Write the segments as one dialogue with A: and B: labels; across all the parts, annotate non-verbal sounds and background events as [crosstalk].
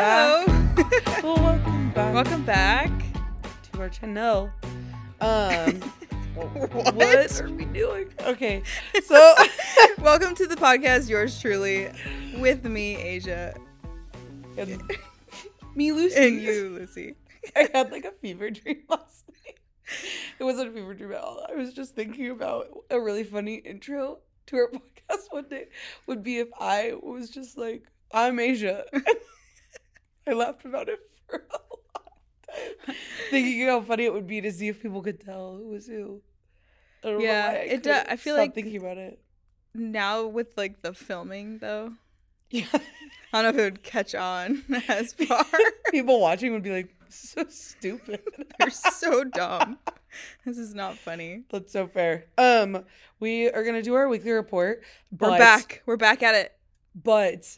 A: [laughs] welcome back to our channel.
B: [laughs]
A: Um,
B: What?
A: What?
B: are we doing?
A: okay, [laughs]
B: So, welcome to the podcast. Yours truly, with me, Asia,
A: and me
B: and
A: losing you.
B: you, Lucy.
A: I had like a fever dream [laughs] last night. It wasn't a fever dream at all. I was just thinking about a really funny intro to our [laughs] podcast one day would be if I was just like, I'm Asia. [laughs] I laughed about it for a long time, thinking how funny it would be to see if people could tell who was who. I don't know
B: Yeah,
A: why I
B: it do-
A: couldn't
B: I feel
A: stop
B: like-
A: thinking
B: [laughs]
A: about it.
B: Now with like the filming though,
A: Yeah.
B: I don't know if it would catch on [laughs] as far.
A: People watching would be like, "This is so stupid. [laughs]
B: You're so dumb. This is not funny.
A: That's so fair. Um, we are gonna do our weekly report.
B: We're
A: but-
B: back. We're back at it.
A: but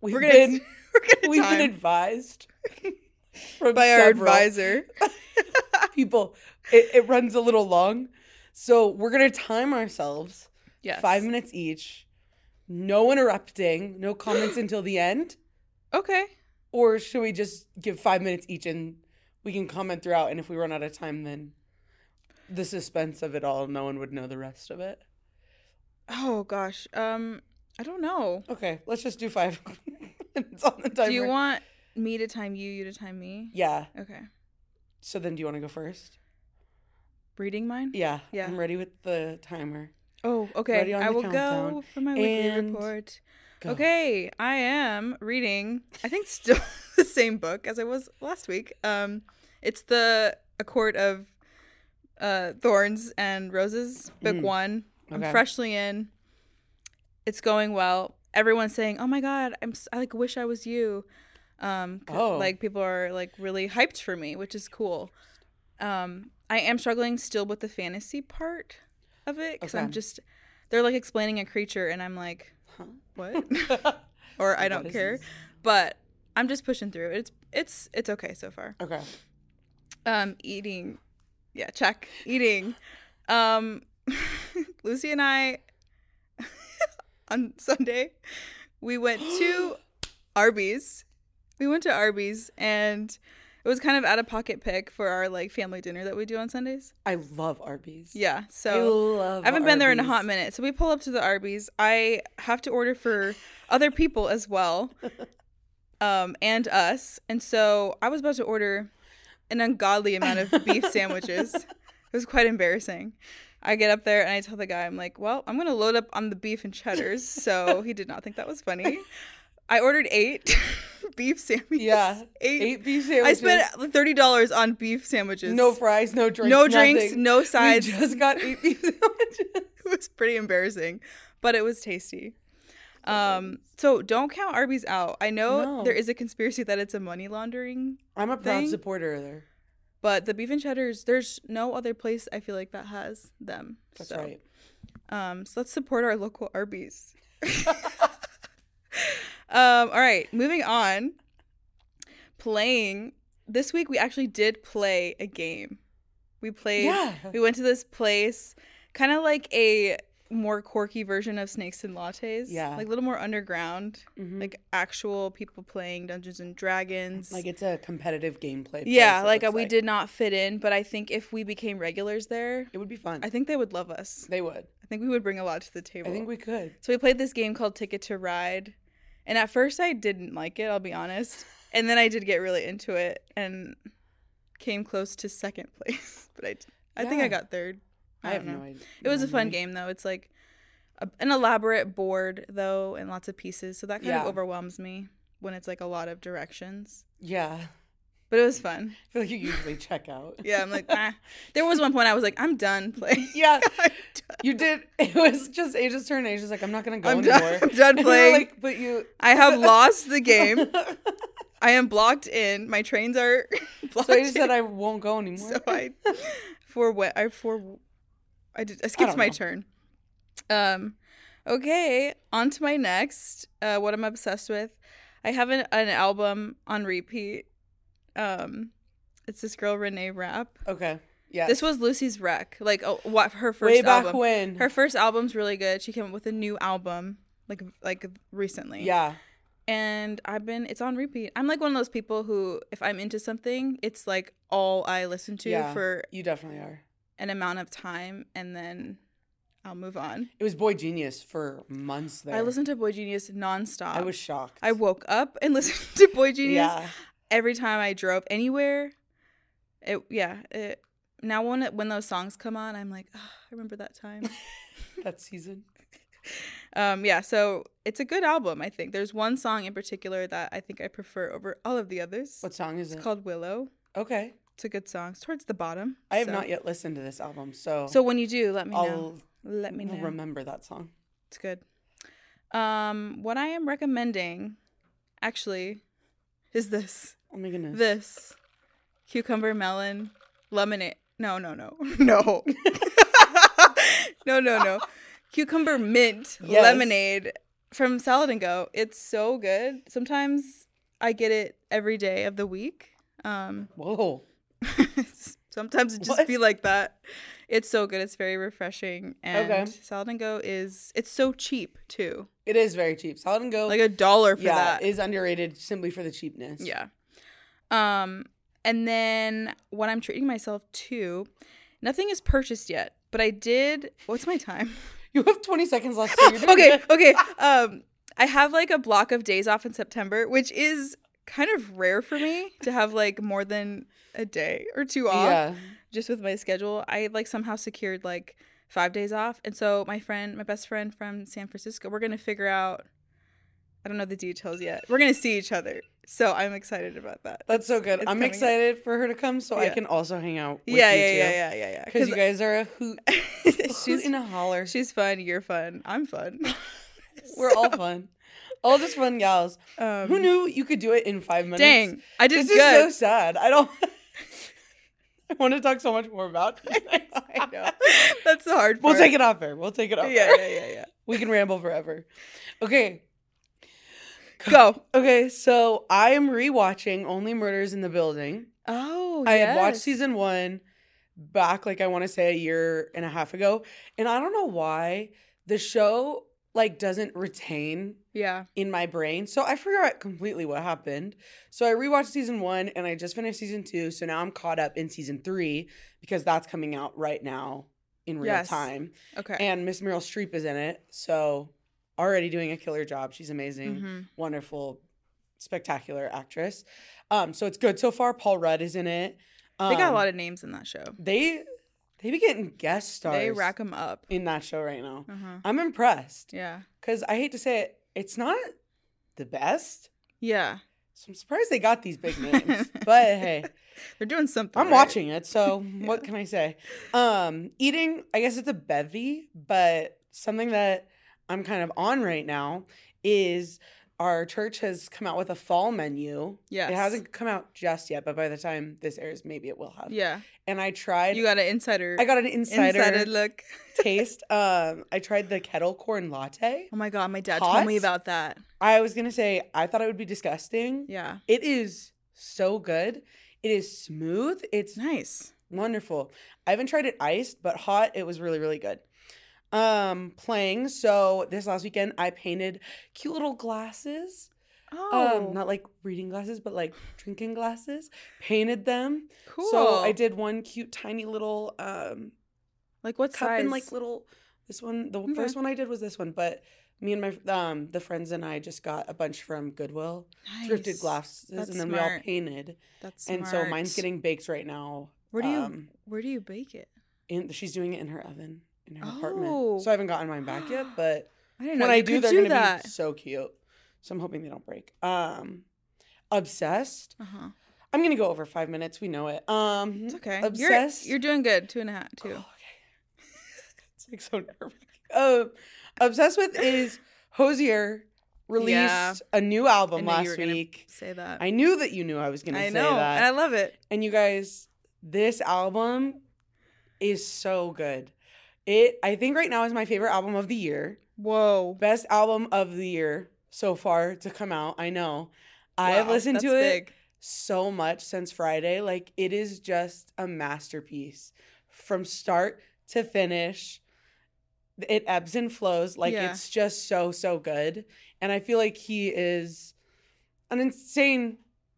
A: we've
B: We're gonna. [laughs]
A: been
B: we're gonna
A: we've
B: time [laughs]
A: been advised from
B: by our
A: several
B: advisor.
A: [laughs] people. It, it runs a little long, so we're gonna time ourselves
B: Yes.
A: five minutes each. No interrupting. No comments until the end.
B: Okay.
A: Or should we just give five minutes each and we can comment throughout? And if we run out of time, then the suspense of it all, no one would know the rest of it.
B: Oh gosh. Um, I don't know.
A: Okay, let's just do five [laughs] minutes on the timer.
B: Do you want me to time you, you to time me?
A: Yeah.
B: Okay.
A: So then, do you want to go first?
B: Reading mine?
A: Yeah.
B: Yeah.
A: I'm ready with the timer.
B: Oh, okay.
A: Ready on
B: I
A: the
B: will
A: countdown.
B: go for my weekly
A: And
B: report.
A: Go. [laughs]
B: Okay, I am reading. I think still [laughs] the same book as I was last week. Um, it's the A Court of uh, Thorns and Roses, book
A: Mm.
B: one.
A: Okay.
B: I'm freshly in. It's going well. Everyone's saying, "Oh my god, I'm s- I like wish I was you." Um, 'cause,
A: Oh.
B: like people are like really hyped for me, which is cool. Um, I am struggling still with the fantasy part of it because I'm
A: Okay.
B: just they're like explaining a creature and I'm like,
A: Huh? [laughs]
B: what? or I
A: What
B: don't
A: is
B: care.
A: this?
B: But I'm just pushing through. It's it's it's okay so far.
A: Okay.
B: Um, eating, yeah, check eating. Um, [laughs] Lucy and I [laughs] on Sunday we went
A: [gasps]
B: to Arby's. We went to Arby's and it was kind of out of pocket pick for our like family dinner that we do on Sundays.
A: I love Arby's.
B: Yeah, so
A: I love
B: I haven't been there in a hot
A: Arby's.
B: minute. So we pull up to the Arby's. I have to order for other people as
A: [laughs]
B: well, um, and us. And so I was about to order an ungodly amount of beef sandwiches. It was quite embarrassing. I get up there and I tell the guy, I'm like, well, I'm going to load up on the beef and cheddars. So he did not think that was funny. I ordered eight [laughs] beef sandwiches.
A: Yeah.
B: Eight.
A: Eight beef
B: I
A: sandwiches.
B: spent $30 on beef sandwiches.
A: no fries, no drinks.
B: no drinks,
A: nothing.
B: no sides.
A: We just got eight
B: [laughs]
A: beef sandwiches.
B: it was pretty embarrassing, but it was tasty. Um, so don't count Arby's out. I know
A: No.
B: there is a conspiracy that it's a money laundering,
A: I'm a proud
B: Thing.
A: supporter there.
B: but the beef and cheddars, there's no other place I feel like that has them.
A: That's
B: so,
A: right.
B: Um, so let's support our local
A: [laughs]
B: Arby's. [laughs] um, all right, moving on. Playing this week, we actually did play a game. We played.
A: Yeah.
B: We went to this place, kind of like a more quirky version of Snakes and Lattes.
A: Yeah.
B: Like a little more underground,
A: Mhm.
B: like actual people playing Dungeons and Dragons.
A: Like it's a competitive gameplay. place,
B: yeah,
A: it
B: like uh,
A: looks
B: we did not fit in, but I think if we became regulars there,
A: It would be fun.
B: I think they would love us.
A: they would.
B: I think we would bring a lot to the table.
A: I think we could.
B: so we played this game called Ticket to Ride. And at first I didn't like it, I'll be honest. And then I did get really into it and came close to second [laughs] place, but I I think I
A: Yeah.
B: got third. don't
A: I, have
B: know.
A: no idea. Mm-hmm.
B: It was a
A: no
B: fun
A: idea.
B: game though. It's like a, an elaborate board though, and lots of pieces. So that kind of
A: Yeah.
B: overwhelms me when it's like a lot of directions.
A: Yeah. [laughs]
B: But it was fun.
A: I feel like you usually check out.
B: [laughs] Yeah, I'm like, ah. there was one point I was like, I'm done
A: [laughs]
B: playing.
A: Yeah.
B: [laughs] I'm
A: You did. [laughs] It was just Asia's turn. Asia's like, I'm not gonna go
B: I'm [laughs]
A: anymore. [laughs]
B: done. I'm done
A: And we're
B: playing.
A: like, but you [laughs]
B: I have lost the game. I am blocked in. My trains are [laughs] blocked.
A: So Asia
B: in.
A: said, I won't go anymore.
B: so I [laughs] for what I for I did I skipped
A: don't
B: my
A: know.
B: turn. Um okay, on to my next uh what I'm obsessed with. I have an, an album on repeat. Um it's this girl Renee Rapp.
A: okay. Yeah.
B: This was Lucy's Wreck. Like oh, what her first
A: way back
B: album.
A: when.
B: Her first album's really good. She came up with a new album like like recently.
A: yeah.
B: and I've been it's on repeat. I'm like one of those people who if I'm into something, it's like all I listen to
A: Yeah.
B: for
A: You definitely are.
B: an amount of time and then I'll move on.
A: It was Boy Genius for months there.
B: I listened to Boy Genius nonstop.
A: I was shocked.
B: I woke up and [laughs] listened to Boy Genius
A: Yeah.
B: every time I drove anywhere. It yeah, it now when it, when those songs come on, I'm like, "Ah, I remember that
A: [laughs]
B: time.
A: That season.
B: Um, yeah, so it's a good album, I think. There's one song in particular that I think I prefer over all of the others.
A: What song is
B: it's
A: it?
B: called Willow.
A: okay.
B: It's a good song. It's towards the bottom.
A: I have
B: so-
A: not yet listened to this album, so,
B: So when you do, let me know.
A: I'll
B: Let me know.
A: remember that song.
B: it's good. Um, what I am recommending, actually, is this
A: Oh my goodness.
B: this cucumber melon lemonade. No, no, no, [laughs] no, no, no, no. Cucumber mint
A: Yes.
B: lemonade from Salad and Go. It's so good. Sometimes I get it every day of the week. Um, [laughs]
A: Whoa.
B: Sometimes it just
A: What?
B: be like that. It's so good. It's very refreshing. And
A: Okay.
B: Salad and Go is it's so cheap too.
A: It is very cheap. Solid and Go
B: Like a dollar for
A: yeah,
B: that.
A: is underrated simply for the cheapness.
B: yeah. Um and then what I'm treating myself to, nothing is purchased yet, but I did what's my time? [laughs]
A: You have 20 seconds left. So you're doing
B: okay,
A: good.
B: okay. Um I have like a block of days off in September, which is kind of rare for me to have like more than a day or two off.
A: Yeah.
B: just with my schedule, I like somehow secured like five days off. And so my friend, my best friend from San Francisco, we're gonna figure out. I don't know the details yet. We're gonna see each other, so I'm excited about that.
A: That's so good.
B: it's
A: I'm
B: coming up.
A: excited for her to come so I
B: Yeah.
A: can also hang out with
B: yeah,
A: you
B: yeah,
A: two.
B: yeah, yeah, yeah, yeah,
A: Because you guys are a
B: [laughs]
A: hoot.
B: Because
A: she's [laughs]
B: she's
A: in a holler.
B: she's fun. You're fun. I'm
A: [laughs]
B: fun.
A: We're all fun. All just fun gals.
B: Um,
A: Who knew you could do it in five minutes?
B: Dang, I did
A: This
B: good.
A: is so sad. I don't. [laughs] I want to talk so much more about.
B: [laughs] [laughs]
A: [laughs]
B: I know. That's the hard part.
A: We'll take it off air. We'll take it off.
B: Yeah,
A: air.
B: yeah, yeah, yeah.
A: We can ramble forever. Okay.
B: Go.
A: [laughs] Okay. So I am rewatching Only Murders in the Building.
B: Oh,
A: I had watched
B: yes.
A: season one back, like I want to say a year and a half ago, and I don't know why the show like doesn't retain
B: Yeah.
A: in my brain. So I forgot completely what happened. So I rewatched season one and I just finished season two. So now I'm caught up in season three because that's coming out right now in real
B: Yes.
A: time.
B: Okay.
A: And Miss Meryl Streep is in it. So already doing a killer job. She's amazing,
B: Mhm.
A: wonderful, spectacular actress. Um, so it's good so far. Paul Rudd is in it. Um,
B: They got a lot of names in that show.
A: they they be getting guest stars
B: They rack them up.
A: in that show right now.
B: Uh-huh.
A: I'm impressed
B: Yeah.
A: because I hate to say it, it's not the best.
B: Yeah.
A: So I'm surprised they got these big
B: [laughs]
A: names. but hey,
B: They're doing something.
A: I'm
B: right?
A: watching it,
B: [laughs]
A: so what
B: Yeah.
A: can I say? Um, eating, I guess it's a bevy, but something that I'm kind of on right now is our church has come out with a fall menu.
B: Yes.
A: It hasn't come out just yet, but by the time this airs, maybe it will have.
B: Yeah.
A: And I tried
B: You got an insider.
A: I got an insider,
B: [laughs] look.
A: taste. Um, I tried the kettle corn latte.
B: Oh my god, my dad
A: Hot?
B: told me about that.
A: I was gonna say I thought it would be disgusting.
B: Yeah.
A: It is so good. It is smooth. It's
B: Nice.
A: wonderful. I haven't tried it iced, but hot, it was really, really good. Um, playing. So this last weekend I painted cute little glasses.
B: Oh,
A: Um, not like reading glasses, but like drinking glasses. Painted them.
B: Oh, cool.
A: So I did one cute tiny little um
B: Like what
A: cup
B: size?
A: and like little this one the
B: Okay.
A: first one I did was this one, but me and my um the friends and I just got a bunch from Goodwill. Thrifted
B: Nice.
A: glasses
B: That's
A: and then we all
B: smart.
A: painted.
B: That's
A: And so mine's
B: smart.
A: getting baked right now.
B: Where do you
A: um,
B: where do you bake it?
A: in she's doing it in her oven in her
B: Oh.
A: apartment. So I haven't gotten mine
B: [gasps]
A: back yet, but
B: I didn't
A: when
B: know
A: I
B: you
A: do,
B: could
A: they're
B: do
A: gonna
B: that.
A: be so cute. So I'm hoping they don't break. Um, obsessed.
B: Uh huh.
A: I'm gonna go over five minutes. We know it. Um,
B: It's okay.
A: Obsessed.
B: You're you're doing good. Two and a half.
A: Oh,
B: Two.
A: okay. [laughs] it's like so nervous. Um, obsessed with is Hosier released
B: Yeah.
A: a new
B: I
A: album
B: knew you were
A: last
B: gonna-
A: week.
B: Say that.
A: I knew that you knew I was gonna
B: I
A: say
B: know,
A: that.
B: and I love it.
A: And you guys, this album is so good. It I think right now is my favorite album of the year.
B: Whoa.
A: Best album of the year so far to come out. I know. I have
B: Wow,
A: listened
B: that's
A: to it
B: big.
A: so much since Friday. Like it is just a masterpiece from start to finish. It ebbs and flows. Like
B: Yeah.
A: it's just so so good. And I feel like he is an insane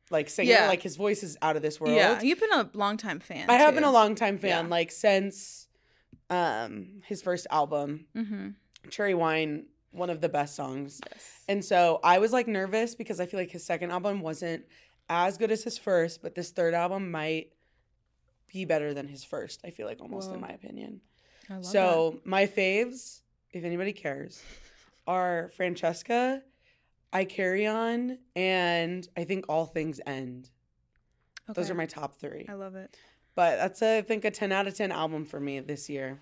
A: like singer.
B: Yeah.
A: Like his voice is out of this world.
B: Yeah, you've been a longtime fan.
A: I have
B: too.
A: been a longtime fan,
B: Yeah.
A: like since um his first album,
B: Mhm.
A: Cherry Wine, one of the best songs.
B: Yes.
A: And so I was like nervous because I feel like his second album wasn't as good as his first, but this third album might be better than his first, I feel like almost
B: Whoa.
A: in my opinion.
B: I love
A: So my faves, if anybody cares, are Francesca, I Carry On, and I think All Things End.
B: that.
A: Those
B: Okay.
A: are my top three.
B: I love it.
A: But that's I think a ten out of ten album for me this year.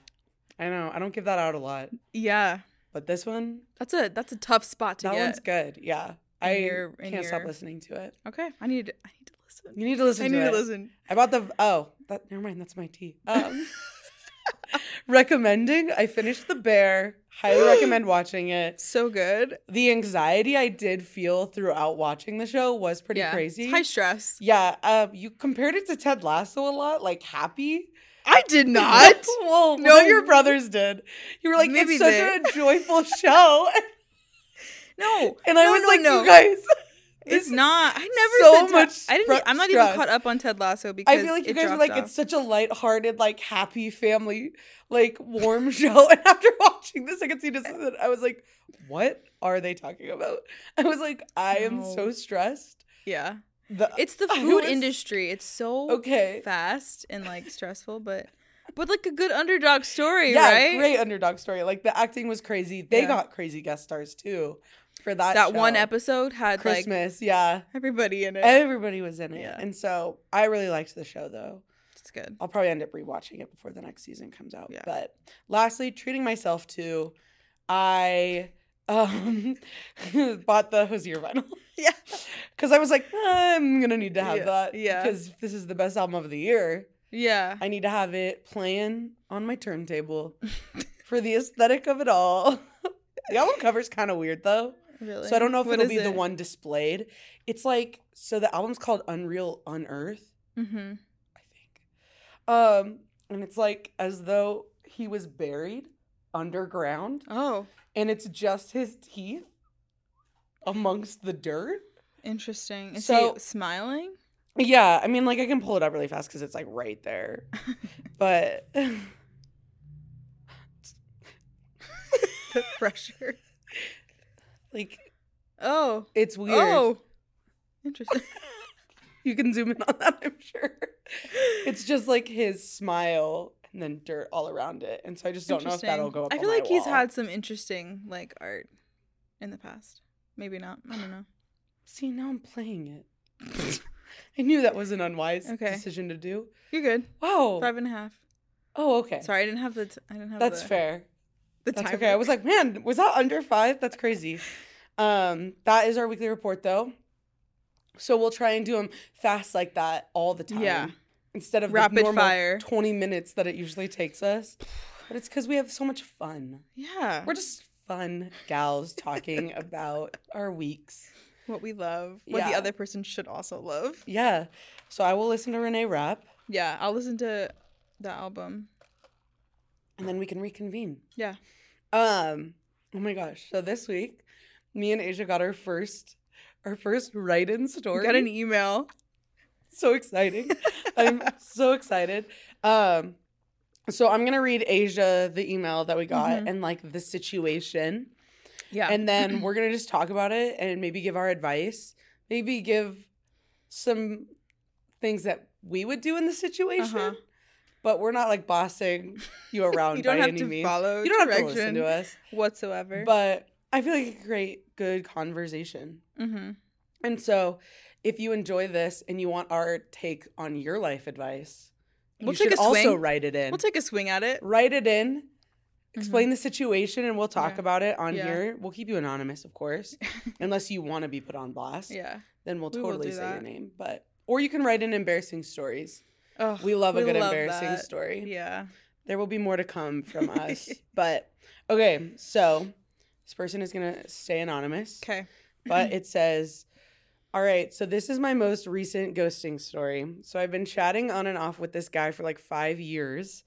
A: I know I don't give that out a lot,
B: Yeah,
A: but this one,
B: that's a that's a tough spot to
A: that
B: get.
A: one's good. Yeah, I
B: your- in
A: can't stop
B: your-
A: listening to it.
B: Okay, I need I need to listen.
A: You need to listen.
B: I
A: to
B: need
A: it.
B: to listen.
A: I bought the oh that never mind. That's my
B: [laughs]
A: tea. Um, recommending. I finished the bear. Highly recommend watching it.
B: So good.
A: The anxiety I did feel throughout watching the show was pretty
B: yeah.
A: crazy.
B: It's high stress.
A: yeah, um, you compared it to Ted Lasso a lot, like happy.
B: I
A: [laughs]
B: did [laughs] not.
A: well, no,
B: No.
A: your brothers did. You were like,
B: Maybe
A: it's such
B: they-
A: a
B: [laughs]
A: joyful show,
B: no,
A: and I
B: No,
A: was
B: no,
A: like,
B: no.
A: you guys,
B: it's
A: [laughs] is
B: not. I never
A: so
B: said Ted-
A: much
B: I didn't.
A: stru-
B: I'm not even
A: stress.
B: caught up on Ted Lasso because
A: I feel like you
B: it
A: guys were
B: dropped
A: like,
B: off.
A: it's such a lighthearted, like happy family, like warm [laughs] show. And after watching the second season, I was like, what are they talking about? I was like, I am so
B: No.
A: stressed. [laughs]
B: yeah.
A: The
B: It's the
A: I
B: food
A: was-
B: industry. It's so
A: okay,
B: fast and
A: [laughs]
B: like stressful, but but like a good underdog story,
A: yeah,
B: right?
A: great underdog story. Like the acting was crazy. They
B: Yeah.
A: got crazy guest stars too for that.
B: That one
A: show.
B: episode had like
A: Christmas, yeah.
B: everybody in it.
A: Everybody was in it.
B: Yeah.
A: And so I really liked the show though.
B: it's good.
A: I'll probably end up rewatching it before the next season comes out.
B: Yeah.
A: But lastly, treating myself to I um [laughs] bought the Hosier vinyl.
B: [laughs] Yeah.
A: Cuz I was like, I'm going to need to have
B: Yeah,
A: that
B: yeah.
A: cuz this is the best album of the year.
B: Yeah.
A: I need to have it playing on
B: [laughs]
A: my turntable for the aesthetic of it all. [laughs] the album cover's kind of weird though.
B: Really.
A: So I don't know if
B: What
A: it'll
B: is
A: be the
B: it?
A: one displayed. It's like so the album's called Unreal Unearth,
B: Mhm.
A: I think. Um, and it's like as though he was buried underground,
B: Oh,
A: and it's just his teeth amongst the dirt.
B: interesting. Is
A: So-
B: he
A: [laughs]
B: smiling?
A: Yeah, I mean, like I can pull it up really fast because it's like
B: [laughs]
A: right there, but. [laughs]
B: the pressure.
A: Like
B: Oh.
A: it's weird.
B: Oh.
A: [laughs]
B: Interesting.
A: You can zoom in on that, I'm sure. It's just like his smile and then dirt all around it. And so I just don't know if that'll
B: Interesting.
A: go up.
B: I
A: on
B: feel
A: my
B: like he's
A: wall.
B: had some interesting like art in the past. Maybe not. I don't know.
A: See, now I'm playing it. [laughs] I knew that was an unwise
B: Okay.
A: decision to do.
B: You're good.
A: Wow.
B: Five and a half.
A: Oh, okay.
B: Sorry, I didn't have the. T- I didn't have.
A: That's
B: the,
A: fair.
B: The
A: That's
B: timer.
A: okay. I was like, man, was that under five? That's crazy. Um, that is our weekly report, though. So we'll try and do them fast like that all the time.
B: Yeah.
A: Instead of the
B: Rapid
A: normal
B: fire.
A: 20 minutes that it usually takes us. But it's because we have so much fun.
B: Yeah.
A: We're just fun gals talking [laughs] about our weeks.
B: what we love, what the
A: Yeah.
B: other person should also love.
A: Yeah. So I will listen to Renee rap
B: Yeah, I'll listen to the album.
A: and then we can reconvene.
B: Yeah.
A: Um, oh my gosh. So this week, me and Asia got our first our first write-in story.
B: Got an e- email.
A: [laughs] so exciting.
B: [laughs]
A: I'm so excited. Um so I'm gonna read Asia the email that we got
B: Mhm.
A: and like the situation.
B: Yeah.
A: And
B: [clears throat]
A: then we're gonna just talk about it and maybe give our advice, maybe give some things that we would do in the situation.
B: Uh-huh.
A: But we're not like bossing you
B: [laughs]
A: around
B: you don't
A: by
B: have
A: any
B: to
A: means.
B: follow
A: You don't have to
B: direction
A: listen to us.
B: whatsoever.
A: But I feel like a great, good conversation.
B: mm-hmm.
A: And so, if you enjoy this and you want our take on your life advice,
B: We'll
A: you
B: take
A: should
B: a
A: also
B: swing.
A: write it in.
B: we'll take a swing at it.
A: write it in. Explain the situation, and we'll talk
B: Yeah.
A: about it on
B: Yeah.
A: here. We'll keep you anonymous, of
B: [laughs]
A: course, unless you want to be put on blast.
B: Yeah.
A: Then we'll
B: We will
A: totally
B: do
A: say your
B: that.
A: name. But or you can write in embarrassing stories.
B: Ugh,
A: [laughs] We love a good
B: love
A: embarrassing
B: that.
A: story.
B: Yeah.
A: There will be more to come from us. but okay, so this person is gonna stay anonymous.
B: Okay.
A: but it says, All right, so this is my most recent ghosting story. So I've been chatting on and off with this guy for like five years.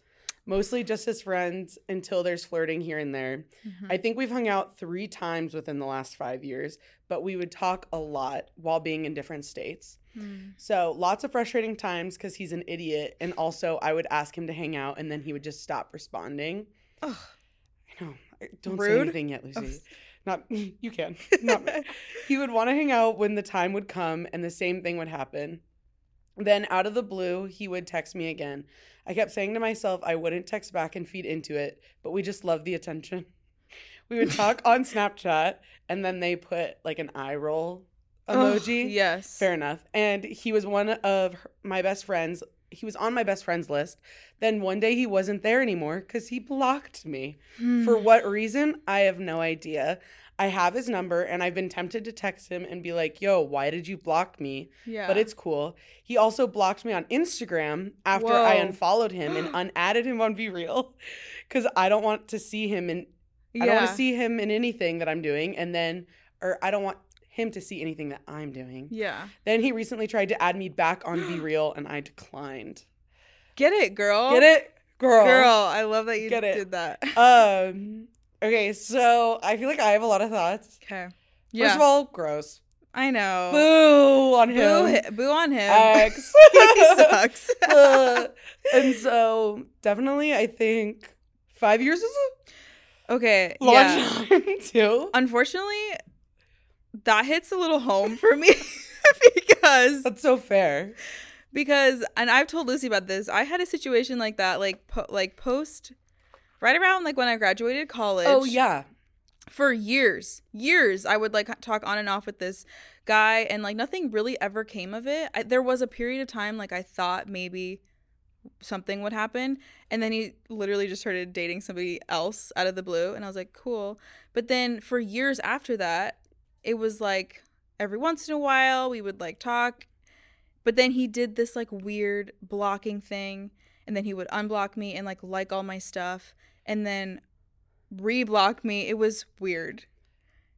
A: mostly just as friends until there's flirting here and there.
B: Mhm.
A: I think we've hung out three times within the last five years, but we would talk a lot while being in different states.
B: Hmm.
A: So lots of frustrating times because he's an idiot. And also, I would ask him to hang out and then he would just stop responding.
B: Ugh.
A: I know. I- Don't say
B: Rude.
A: anything yet, Lucy.
B: Oh,
A: [laughs]
B: s-
A: Not you [laughs] can. Not me. he would want to hang out when the time would come and the same thing would happen. Then out of the blue, he would text me again. I kept saying to myself I wouldn't text back and feed into it, but we just love the attention. [laughs] We would talk [laughs] on Snapchat and then they put like an eye roll
B: Ugh,
A: emoji.
B: yes.
A: Fair enough. And he was one of her- my best friends. He was on my best friends list. Then one day he wasn't there anymore because he blocked me.
B: Hmm.
A: For what reason? I have no idea. I have his number and I've been tempted to text him and be like, yo, why did you block me?
B: yeah.
A: But it's cool. He also blocked me on Instagram after I
B: Whoa.
A: unfollowed him
B: [gasps]
A: and unadded him on Be Real because I don't want to see him in I don't want to see him in anything that I'm doing and then or I don't want him to see anything that I'm doing.
B: Yeah.
A: Then he recently tried to add me back on
B: [gasps]
A: Be Real and I declined.
B: Get it, girl.
A: Get it? Girl.
B: Oh, girl. I love that you
A: Get it. Uh,
B: did that.
A: Um okay, so I feel like I have a lot of thoughts.
B: [laughs] Okay.
A: First of all, gross. Oh.
B: I know.
A: Boo on
B: Boo, [laughs]
A: him.
B: hi- boo on him.
A: X.
B: [laughs]
A: [laughs]
B: he sucks.
A: Ugh. and so definitely I think five years is
B: okay.
A: a long [laughs]
B: yeah.
A: time too.
B: Unfortunately, that hits a little home for me [laughs] because
A: That's so fair.
B: because and I've told Lucy about this. I had a situation like that, like po- like post, right around like when I graduated college.
A: Oh yeah.
B: for years years i would like talk on and off with this guy and like nothing really ever came of it I, there was a period of time like i thought maybe something would happen and then he literally just started dating somebody else out of the blue and i was like cool but then for years after that it was like every once in a while we would like talk but then he did this like weird blocking thing and then he would unblock me and like like all my stuff and then reblock me. It was weird.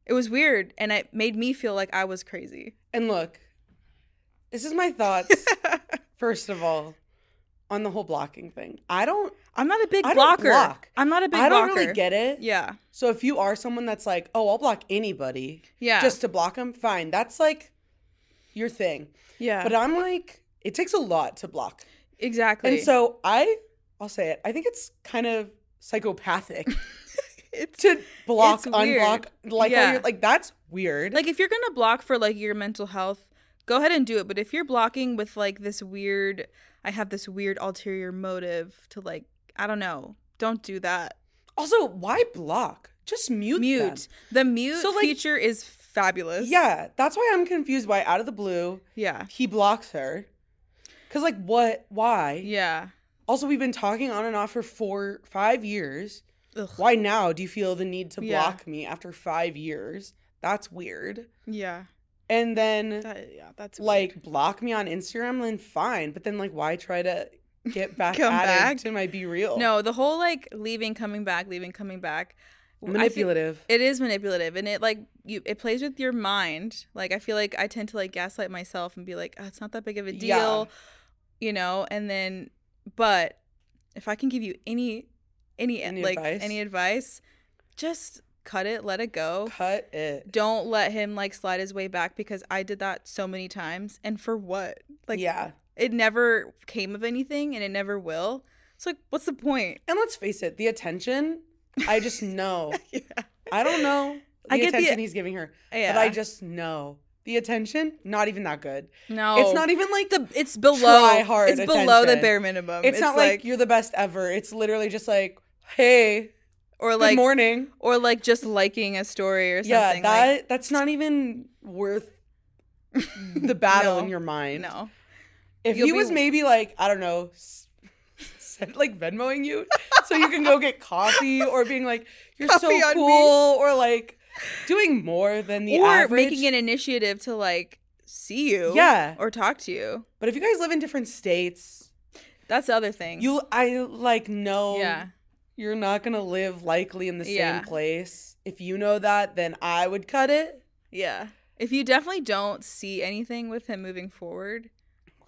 B: It was weird, and it made me feel like I was
A: [laughs]
B: crazy.
A: And look, this is
B: [laughs]
A: my thoughts, first of all, on the whole blocking thing. I don't
B: I'm not a big
A: I don't
B: blocker.
A: block.
B: I'm not a big
A: I don't
B: blocker.
A: really get it.
B: Yeah,
A: So if you are someone that's like, oh, I'll block anybody
B: yeah,
A: just to block them, fine. That's like your thing.
B: yeah,
A: But I'm like, it takes a lot to block.
B: exactly.
A: And so I, I'll say it. I think it's kind of
B: [laughs]
A: psychopathic
B: [laughs] it's
A: to block,
B: It's weird.
A: unblock, like
B: Yeah.
A: all your, like that's weird.
B: like if you're gonna block for like your mental health, go ahead and do it. But if you're blocking with like this weird, I have this weird ulterior motive to like, I don't know. Don't do that.
A: also, why block? Just mute. them.
B: Mute. The mute
A: So, like-
B: feature is fabulous.
A: Yeah, that's why I'm confused. Why out of the blue
B: Yeah.
A: he blocks her? Cause like what? Why?
B: Yeah.
A: Also, we've been talking on and off for four, five years.
B: Ugh.
A: Why now do you feel the need to
B: Yeah.
A: block me after five years? That's weird.
B: Yeah.
A: And then
B: That, yeah. That's
A: like
B: weird.
A: block me on Instagram, then fine. But then like why try to
B: [laughs]
A: get back
B: Come
A: at
B: back?
A: it to my be real?
B: No, the whole like leaving, coming back, leaving, coming back. I feel-
A: manipulative.
B: It is manipulative, and it like you. It plays with your mind. Like I feel like I tend to like gaslight myself and be like, oh, it's not that big of a deal,
A: Yeah.
B: you know. And then, but if I can give you any, any,
A: Any
B: like
A: advice?
B: any advice, just cut it, let it go.
A: Cut it.
B: Don't let him like slide his way back because I did that so many times, and for what? Like
A: yeah.
B: it never came of anything, and it never will. It's like, what's the point?
A: And let's face it, the attention.
B: [laughs]
A: I just know. I don't know the
B: I get the-
A: attention he's giving her,
B: Yeah.
A: but I just know the attention. Not even that good.
B: no.
A: It's not even like the.
B: It's below.
A: try hard
B: it's below the
A: attention.
B: bare minimum.
A: It's, not like, you're the best ever. It's literally just like, hey,
B: or
A: good
B: like
A: morning.
B: or like just liking a story or something.
A: Yeah, that
B: like,
A: that's not even worth the battle in
B: Mm, No.
A: your mind.
B: no.
A: If
B: You'll
A: he
B: be-
A: was maybe like, I don't know, s- [laughs] sent, like Venmoing you so you can go
B: [laughs]
A: get coffee or being like, you're
B: Coffee
A: so
B: on me.
A: cool or like doing more than the
B: or
A: average.
B: making an initiative to like see you.
A: Yeah.
B: Or talk to you.
A: But if you guys live in different states,
B: That's the other thing.
A: you I like know
B: Yeah.
A: you're not going to live likely in the same
B: Yeah.
A: place. If you know that, then I would cut it.
B: Yeah. If you definitely don't see anything with him moving forward,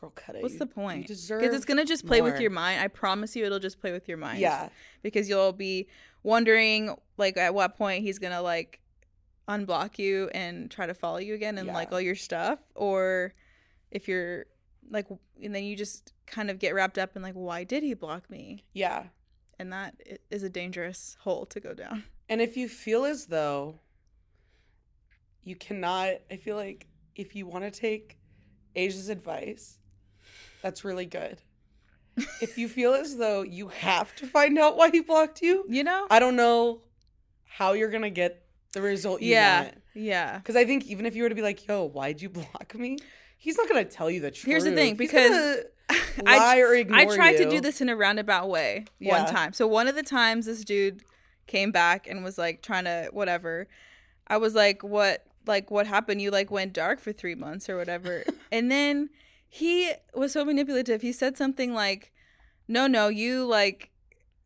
C: Girl, cut it.
B: What's
C: You-
B: the
C: You
B: point?
C: deserve.
B: Because it's gonna just play with
C: more.
B: your mind. I promise you, it'll just play with your mind.
C: Yeah.
B: because you'll be wondering like at what point he's gonna like unblock you and try to follow you again and like
C: Yeah.
B: all your stuff or if you're like w- and then you just kind of get wrapped up in like why did he block me
A: Yeah.
B: and that i- is a dangerous hole to go down
A: And if you feel as though you cannot, I feel like if you want to take Asia's advice, that's really good. if you feel as though you have to find out why he blocked you,
B: you know
A: I don't know how you're going to get the result you
B: Yeah.
A: want.
B: yeah
A: [laughs] Because I think even if you were to be like, yo, why'd you block me? He's not going to tell you the truth.
B: Here's the thing,
A: He's
B: because
A: gonna
B: I,
A: lie or
B: I
A: ignore
B: tried to
A: you.
B: do this in a roundabout way
A: Yeah.
B: one time. So one of the times this dude came back and was like trying to whatever. I was like, "What? Like what happened? You like went dark for three months or
A: [laughs]
B: whatever." and then he was so manipulative. He said something like, "No, no, you like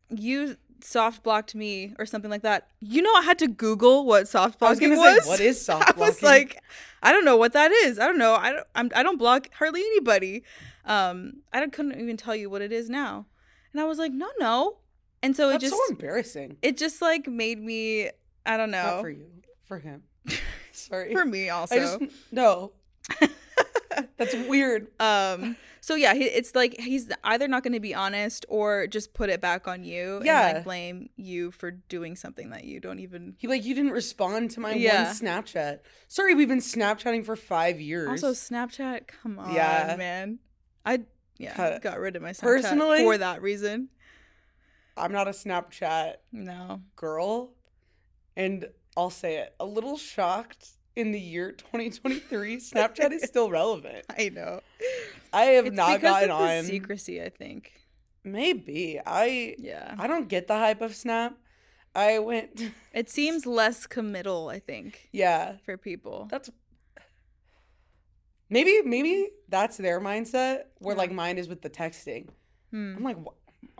B: you." Soft blocked me or something like that. You know, I had to Google what soft
A: I was
B: blocking
A: going
B: was.
A: to say, what is
B: [laughs]
A: soft
B: I was
A: blocking?
B: like, I don't know what that is. I don't know. I don't. I'm, I don't block hardly anybody. Um, I don't, couldn't even tell you what it is now. And I was like, no, no. And so
A: that's
B: it just,
A: so embarrassing.
B: it just like made me. I don't know.
A: Not for
B: For,
A: you, for him. [laughs] Sorry.
B: me also.
A: I just [laughs]
B: [laughs]
A: no. That's weird.
B: um. So yeah, he, it's like he's either not going to be honest or just put it back on you. And
A: Yeah.
B: like blame you for doing something that you don't even.
A: He like you didn't respond to my
B: Yeah.
A: one Snapchat. Sorry, we've been Snapchatting for five years.
B: Also, Snapchat. Come on,
A: Yeah.
B: man. I yeah
A: Cut.
B: got rid of my Snapchat
A: Personally-
B: for that reason.
A: I'm not a Snapchat
B: No.
A: girl, and I'll say it. A little shocked in the year
B: [laughs]
A: 2023, Snapchat is still relevant.
B: I know.
A: I have
B: It's
A: not
B: because
A: gotten
B: of the
A: on.
B: secrecy, I think.
A: Maybe I.
B: Yeah.
A: I don't get the hype of Snap. I went. [laughs]
B: It seems less committal, I think,
A: Yeah,
B: for people.
A: that's maybe maybe that's their mindset. Where
B: Yeah.
A: like mine is with the texting.
B: Hmm.
A: I'm like, "Wha-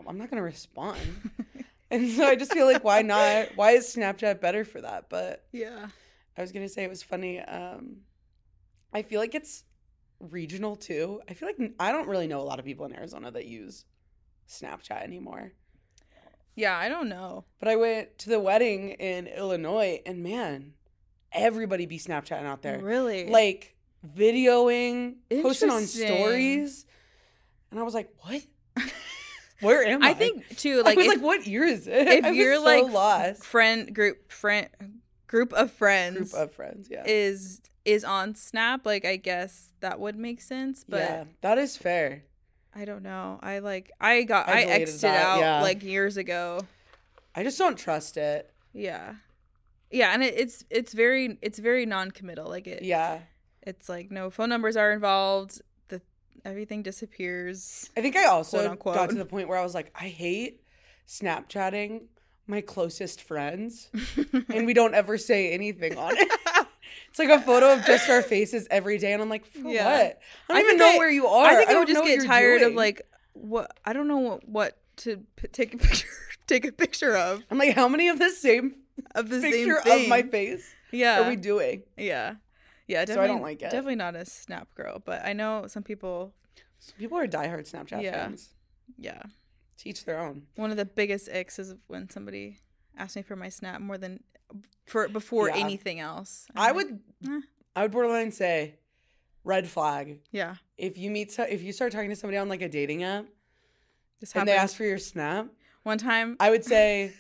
A: I'm not gonna respond. [laughs] and so I just feel like, why not? Why is Snapchat better for that? But
B: Yeah.
A: I was gonna say it was funny. Um, I feel like it's regional too. I feel like n- I don't really know a lot of people in Arizona that use Snapchat anymore.
B: Yeah, I don't know.
A: But I went to the wedding in Illinois, and man, everybody be Snapchatting out there,
B: Really?
A: like videoing, posting on
B: Interesting.
A: stories. And I was like,
B: [laughs]
A: what? Where am I?
B: I think too, like,
A: like, [laughs] I was
B: if,
A: like, what year is it?
B: if
A: [laughs] I was
B: you're
A: so
B: like
A: lost
B: friend group friend group of
A: group
B: friends
A: of friends, yeah,
B: is is on Snap, like I guess that would make sense, but
A: yeah, that is fair.
B: I don't know. I like I got
A: I
B: I,
A: deleted
B: xed it
A: that,
B: out
A: yeah.
B: like years ago.
A: I just don't trust it.
B: Yeah. Yeah, and it, it's it's very it's very non-committal. Like it
A: Yeah,
B: it's like no phone numbers are involved the everything disappears
A: I think I also
B: Quote,
A: got
B: unquote.
A: to the point where I was like, I hate Snapchatting my closest friends, [laughs] and we don't ever say anything on
B: [laughs]
A: it. It's like a photo of just our faces every day, and I'm like, for
B: Yeah.
A: what? I don't
B: I
A: even
B: think
A: know
B: I-
A: where you are.
B: i think i, would
A: don't know
B: just
A: what
B: get
A: you're
B: tired of
A: doing.
B: like what i don't know what, what to p- take a [laughs] picture take a picture of
A: I'm like, how many of the same
B: of the
A: picture
B: same thing
A: of my face
B: yeah
A: are we doing?
B: yeah yeah
A: So
B: definitely
A: I don't like it.
B: definitely not a snap girl but i know some people
A: People are diehard Snapchat
B: Yeah.
A: fans.
B: yeah
A: To each their own.
B: one of the biggest icks is when somebody asks me for my snap more than for before
A: Yeah.
B: anything else I'm
A: I
B: like,
A: would,
B: eh.
A: I would borderline say, red flag.
B: yeah
A: If you meet, so- if you start talking to somebody on like a dating app
B: this
A: and
B: happened
A: they ask for your snap,
B: one time
A: I would say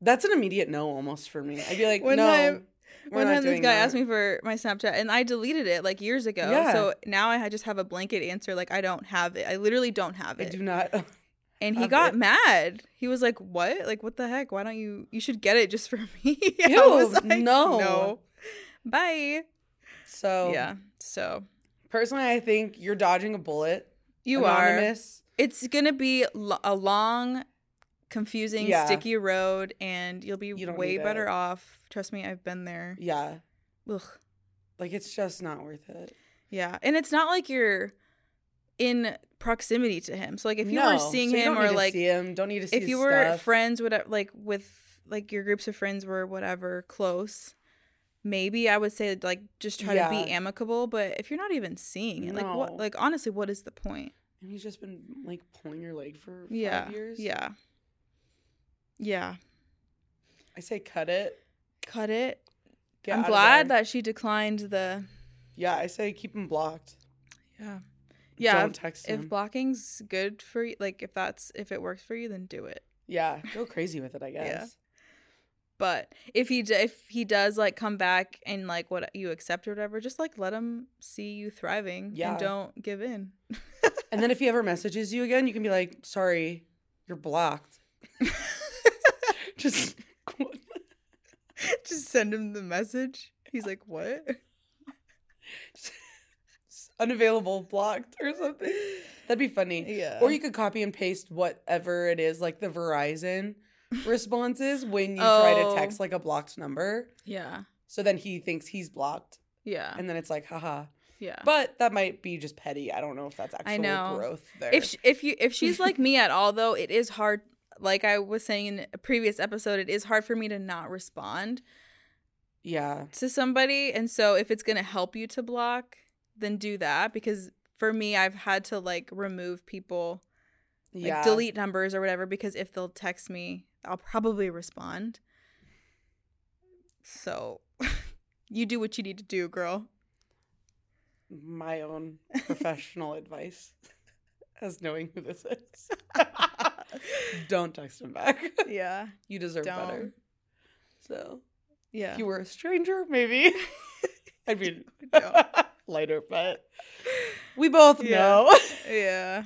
A: that's an immediate no almost for me. I'd be like,
B: One
A: no,
B: time-
A: we're
B: One
A: not
B: time this
A: doing
B: guy
A: that."
B: asked me for my Snapchat and I deleted it like years ago.
A: Yeah.
B: So now I ha- just have a blanket answer like I don't have it. I literally don't have
A: I
B: it.
A: do not. [laughs]
B: and he
A: have
B: got
A: it.
B: mad. He was like, "What? Like what the heck? Why don't you you should get it just for [laughs] me?" I
A: Ew,
B: was like,
A: no. Oh.
B: Bye.
A: So
B: Yeah. So
A: personally, I think you're dodging a bullet.
B: you are
A: Anonymous.
B: it's going to be lo- a long confusing
A: Yeah.
B: sticky road and you'll be
A: You don't
B: way
A: need
B: better
A: it.
B: off. Trust me, I've been there.
A: Yeah,
B: Ugh.
A: like it's just not worth it.
B: Yeah, and it's not like you're in proximity to him. So like if you were
A: No,
B: seeing
A: so you
B: him
A: don't
B: or
A: need to
B: like
A: see him, don't need to see
B: if
A: his
B: you were
A: stuff.
B: friends whatever like with like your groups of friends were whatever close, maybe I would say like just try to be
A: Yeah.
B: amicable, but if you're not even seeing it, like
A: No.
B: what like honestly, what is the point?
A: And he's just been like pulling your leg for five
B: yeah.
A: years.
B: Yeah. Yeah.
A: I say cut it.
B: Cut it.
A: Get
B: I'm
A: out of
B: glad
A: there.
B: that she declined the
A: Yeah, I say keep him blocked.
B: Yeah. Yeah.
A: Don't
B: If,
A: text
B: if
A: him.
B: blocking's good for you like if that's if it works for you, then do it.
A: yeah, go crazy with it. I
B: Yeah.
A: guess.
B: But if he d- if he does like come back and like what you accept or whatever, just like let him see you thriving
A: Yeah.
B: and don't give in. [laughs]
A: And then if he ever messages you again, you can be like, "Sorry, you're blocked." [laughs] Just [laughs]
B: just send him the message. He's like, "What?"
A: unavailable, blocked, or something. That'd be funny.
B: Yeah.
A: Or you could copy and paste whatever it is, like the Verizon responses when you try
B: Oh.
A: to text like a blocked number.
B: Yeah.
A: So then he thinks he's blocked.
B: Yeah.
A: And then it's like, haha.
B: Yeah.
A: But that might be just petty. I don't know if that's actual
B: I know.
A: growth there.
B: if sh if you if she's
A: [laughs]
B: like me at all though, it is hard like I was saying in a previous episode, it is hard for me to not respond
A: yeah.
B: to somebody. And so if it's going to help you to block, then do that because for me I've had to like remove people like
A: Yeah.
B: delete numbers or whatever because if they'll text me, I'll probably respond. So [laughs] you do what you need to do, girl. [laughs]
A: My own professional advice [laughs] as knowing who this
B: [laughs]
A: is. don't text him back. [laughs]
B: Yeah.
A: You deserve better.
B: Don't.
A: So
B: Yeah.
A: if you were a stranger, maybe.
B: [laughs]
A: I mean, [laughs]
B: Don't.
A: later, but we both
B: Yeah.
A: know. [laughs]
B: yeah.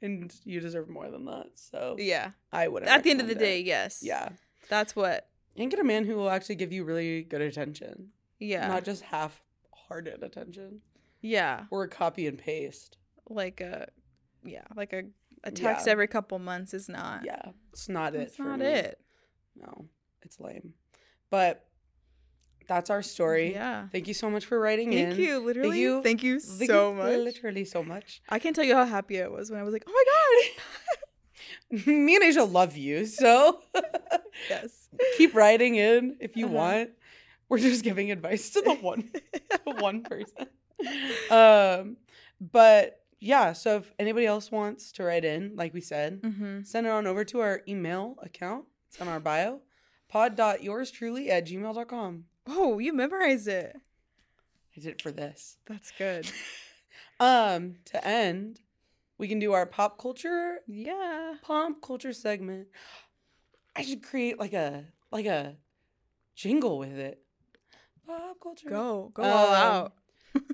A: And you deserve more than that. So
B: [laughs] Yeah.
A: I would
B: At the end of the day, yes.
A: Yeah.
B: That's what
A: And get a man who will actually give you really good attention.
B: Yeah.
A: Not just half hearted attention.
B: yeah.
A: Or a copy and paste.
B: Like a yeah, like a a text
A: Yeah.
B: every couple months is not.
A: Yeah. It's not it.
B: Uh, That's
A: for
B: not
A: me.
B: it.
A: No. It's lame. But that's our story.
B: Yeah.
A: Thank you so much for writing in.
B: Thank you, literally. Thank you,
A: you- Thank
B: so
A: you
B: much.
A: Literally so much. [laughs]
B: I can't tell you how happy I was when I was like, "Oh my
A: me and Asia love you. So [laughs]
B: god!" yes.
A: keep writing in if you
B: Uh-huh.
A: want. We're just giving advice to the one [laughs] to one person.
B: [laughs]
A: Um, but yeah, so if anybody else wants to write in, like we
B: [laughs]
A: said,
B: Mm-hmm.
A: send it on over to our email account. It's on our bio. pod.yours truly at gmail.com.
B: Oh, you memorized it.
A: I did it for this.
B: That's good.
A: Um, to end, we can do our pop culture
B: Yeah.
A: pop culture segment. I should create like a like a jingle with it. Pop culture.
B: Go. Go all
A: Um,
B: out.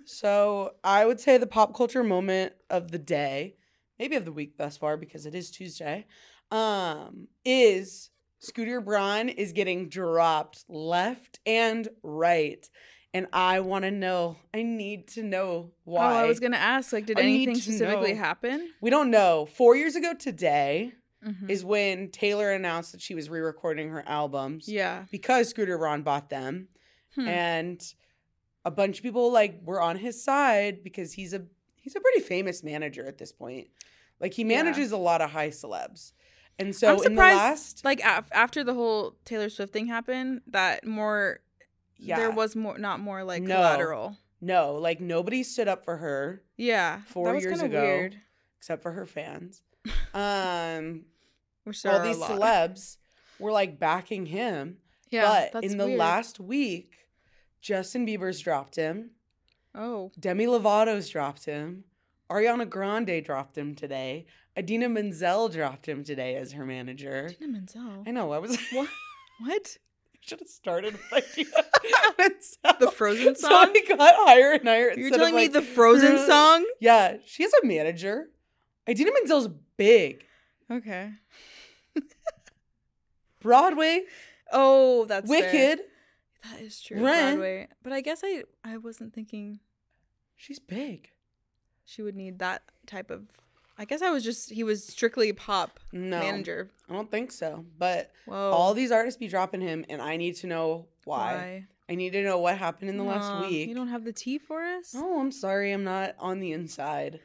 A: So I would say the pop culture moment of the day, maybe of the week thus far, because it is Tuesday, um, is Scooter Braun is getting dropped left and right. And I want to know. I need to know why.
B: Oh, I was gonna ask. Like, did
A: I need
B: anything
A: to
B: specifically
A: know.
B: happen?
A: we don't know. Four years ago today
B: Mhm.
A: is when Taylor announced that she was re-recording her albums
B: yeah.
A: because Scooter Braun bought them.
B: Hmm.
A: and a bunch of people like were on his side because he's a he's a pretty famous manager at this point. Like he
B: Yeah.
A: manages a lot of high celebs, and so
B: I'm
A: in the
B: surprised,
A: last
B: like af- after the whole Taylor Swift thing happened, that more
A: yeah
B: there was more not more like
A: No.
B: collateral.
A: no like nobody stood up for her
B: Yeah,
A: Four
B: that was
A: years
B: kinda
A: ago.
B: Weird.
A: except for
B: [laughs]
A: her fans. Um,
B: Which there
A: all
B: are a
A: these
B: lot.
A: celebs were like backing him,
B: Yeah,
A: but
B: that's
A: in the
B: weird.
A: last week, Justin Bieber's dropped him.
B: oh
A: Demi Lovato's dropped him. Ariana Grande dropped him today. Adina Menzel dropped him today as her manager.
B: Tina Menzel.
A: I know. I was. [laughs] I
B: What
A: should have started
B: [laughs]
A: with Idina Menzel.
B: the Frozen
A: So
B: song?
A: I got higher and higher.
B: You're
A: instead of,
B: telling
A: like-
B: me the Frozen
A: [laughs] through-
B: song?
A: Yeah, she has a manager. Idina Menzel's big.
B: Okay.
A: Broadway,
B: Oh, that's fair.
A: Wicked.
B: That is true.
A: Rent.
B: Broadway. But I guess I I wasn't thinking
A: She's big.
B: she would need that type of. I guess I was just he was strictly pop
A: No,
B: manager. Oh.
A: I don't think so. But
B: Whoa.
A: all these artists be dropping him, and I need to know why. I need to know what happened in the last
B: Aw,
A: week.
B: You don't have the tea for us?
A: Oh, I'm sorry, I'm not on the inside.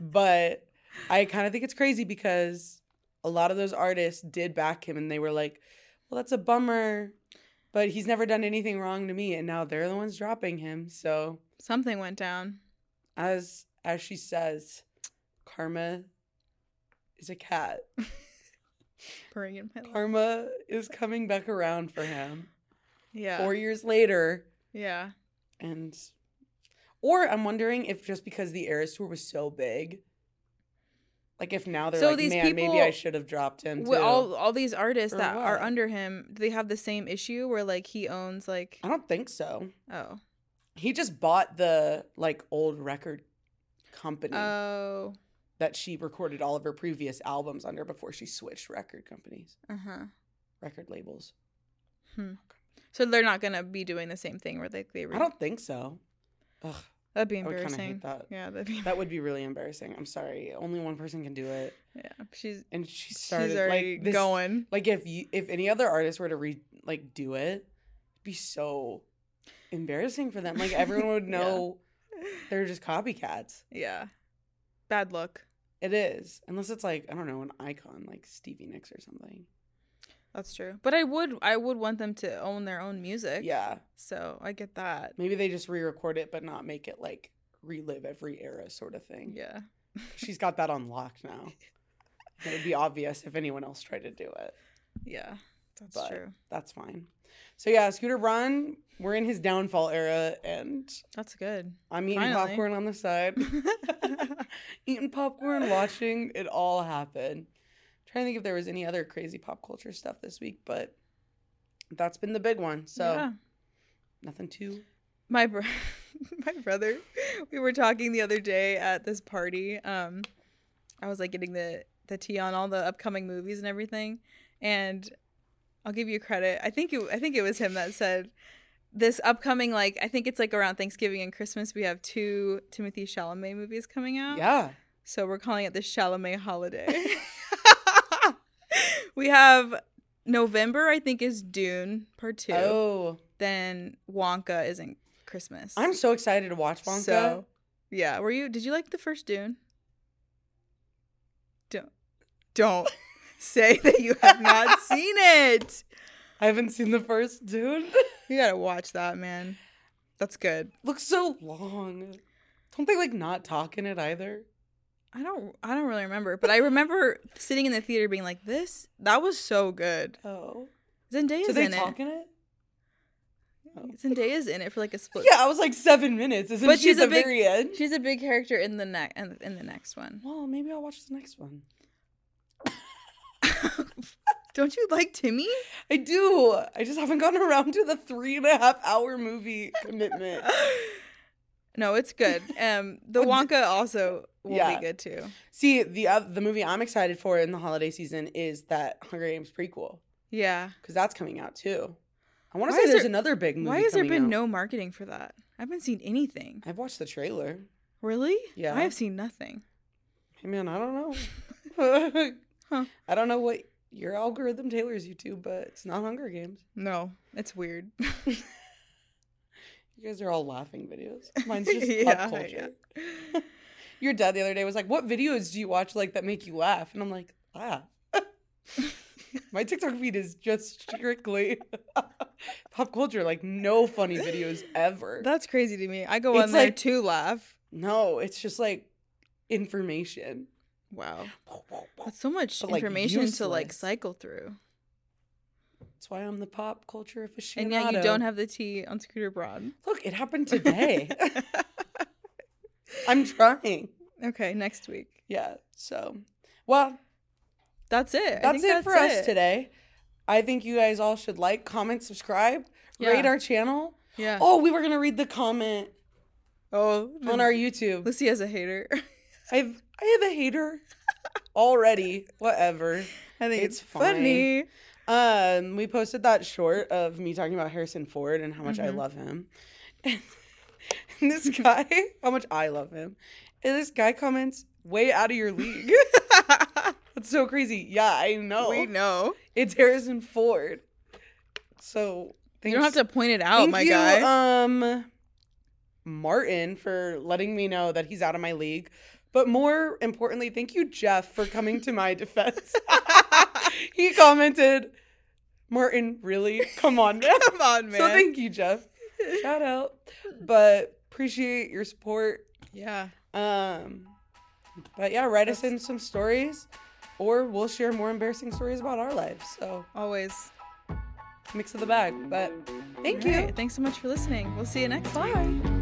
A: but I kind of think it's crazy because a lot of those artists did back him and they were like, well, that's a bummer. But he's never done anything wrong to me, and now they're the ones dropping him. So
B: Something went down.
A: as as she says, karma is a cat.
B: Purring in my life.
A: Karma is coming back around for him.
B: Yeah.
A: Four years later,
B: yeah.
A: and or I'm wondering if just because the Eras tour was so big, like if now they're
B: So
A: like,
B: these
A: man, maybe I
B: people-
A: should have dropped him. Too.
B: Wi- all all these artists
A: Or
B: that are
A: what?
B: under him, do they have the same issue where like he owns like
A: I don't think so.
B: oh
A: He just bought the like old record company
B: oh
A: that she recorded all of her previous albums under before she switched record companies,
B: uh huh.
A: record labels.
B: So they're not gonna be doing the same thing where like they re-
A: I don't think so. Ugh,
B: that'd be
A: I would kind of
B: embarrassing.
A: hate that.
B: Yeah, that'd be
A: That would be really embarrassing. I'm sorry. Only one person can do it,
B: [laughs] yeah. She's
A: and she started
B: she's already
A: like this,
B: going. [laughs]
A: Like if you, if any other artist were to re like do it, it'd be so embarrassing for them. Like everyone would
B: [laughs] Yeah.
A: know they're just copycats.
B: Yeah, bad luck.
A: It is, unless it's like I don't know an icon like Stevie Nicks or something.
B: That's true. But I would I would want them to own their own music.
A: Yeah,
B: So I get that.
A: maybe they just re-record it, but not make it like relive every era sort of thing.
B: Yeah.
A: She's got that on lock now. it would be obvious if anyone else tried to do it.
B: Yeah. That's
A: But-
B: true.
A: That's fine. So yeah, Scooter Braun, we're in his downfall era, and
B: That's good.
A: I'm eating
B: Finally.
A: popcorn on the side. [laughs] eating popcorn, watching it all happen. trying to think if there was any other crazy pop culture stuff this week, but that's been the big one. So
B: Yeah.
A: nothing too.
B: my bro- [laughs] my brother we were talking the other day at this party um i was like getting the the tea on all the upcoming movies and everything and i'll give you credit i think it i think it was him that said this upcoming like i think it's like around thanksgiving and christmas we have two timothy chalamet movies coming out
A: Yeah.
B: so we're calling it the chalamet holiday [laughs] we have november i think is dune part two
A: Oh,
B: then Wonka isn't Christmas.
A: I'm so excited to watch Wonka.
B: So, yeah, were you? Did you like the first Dune? Don't,
A: [laughs]
B: don't say that you have not seen it.
A: I haven't seen the first dude. [laughs]
B: You gotta watch that, man. That's good.
A: Looks so long. Don't they like not talk in it either?
B: I don't, I don't really remember, but I remember sitting in the theater being like, "This, that was so good."
A: Oh.
B: Zendaya's
A: Do they
B: in
A: talk
B: it.
A: in it?
B: Zendaya's in it for like a split.
A: Yeah, I was like seven minutes. Isn't
B: But
A: she
B: she's a
A: at the
B: big-
A: very end?
B: she's a big character in the next, in, in the next
A: [laughs]
B: one.
A: Well, maybe I'll watch the next one.
B: Don't you like Timmy?
A: I do. I just haven't gotten around to the three and a half hour movie
B: [laughs]
A: commitment.
B: [laughs] No, it's good. Um, the
A: [laughs] What
B: Wonka also will
A: Yeah.
B: be good too.
A: See, the uh, the movie I'm excited for in the holiday season is that Hunger Games prequel
B: Yeah.
A: because that's coming out too. I want
B: Why
A: to say
B: is
A: there's
B: there-
A: another big movie.
B: Why has there been
A: coming out.
B: no marketing for that? I haven't seen anything.
A: I've watched the trailer.
B: Really?
A: Yeah.
B: I have seen nothing.
A: Hey man, I don't know.
B: [laughs] Huh.
A: [laughs] I don't know what your algorithm tailors you to, but it's not Hunger Games.
B: No, it's
A: [laughs]
B: weird.
A: You guys are all laughing
B: [laughs]
A: videos. Mine's just
B: Yeah,
A: pop culture.
B: yeah.
A: [laughs] Your dad the other day was like, "What videos do you watch like that make you laugh?" And I'm like, "Laugh." [laughs] My TikTok feed is just strictly [laughs] pop culture, like no funny videos
B: [laughs]
A: ever.
B: That's crazy to me. I go on
A: It's
B: there
A: like-
B: to laugh.
A: no, it's just like information.
B: Wow. That's so much
A: But, like,
B: information to like
A: useless.
B: cycle through.
A: That's why I'm the pop culture aficionado.
B: And yeah, you don't have the tea on Scooter Broad.
A: [laughs] Look, it happened today. I'm trying.
B: [laughs] Okay, next week.
A: Yeah. So, well,
B: That's it. I
A: that's
B: think
A: it for us today. I think you guys all should like, comment, subscribe, rate
B: Yeah.
A: our channel.
B: Yeah.
A: Oh, we were gonna read the comment
B: Oh,
A: on our YouTube.
B: Lucy has a
A: [laughs]
B: hater.
A: I've I have a
B: [laughs]
A: hater already. Whatever.
B: I think it's,
A: It's [laughs]
B: funny.
A: Um, we posted that short of me talking about Harrison Ford and how much
B: Mm-hmm.
A: I love him. [laughs] And this guy, [laughs] how much I love him. And this guy comments, way out of your league.
B: [laughs]
A: That's so crazy. Yeah, I know.
B: We know.
A: It's Harrison Ford. So
B: You don't have to point it out,
A: Thank
B: Oh my
A: you,
B: guy.
A: Um, Martin for letting me know that he's out of my league. But more
B: [laughs]
A: importantly, [laughs] thank you, Jeff, for coming to my defense. he commented, Martin, really? Come on, man.
B: [laughs] Come on, man.
C: So thank you, Jeff. Shout out. But appreciate your support.
B: yeah.
A: Um, but yeah, write us in some stories, or we'll share more embarrassing stories about our lives. So
B: Always.
A: mix of the bag. But thank you.
B: Alright, thanks so much for listening. We'll see you next time.
A: Bye.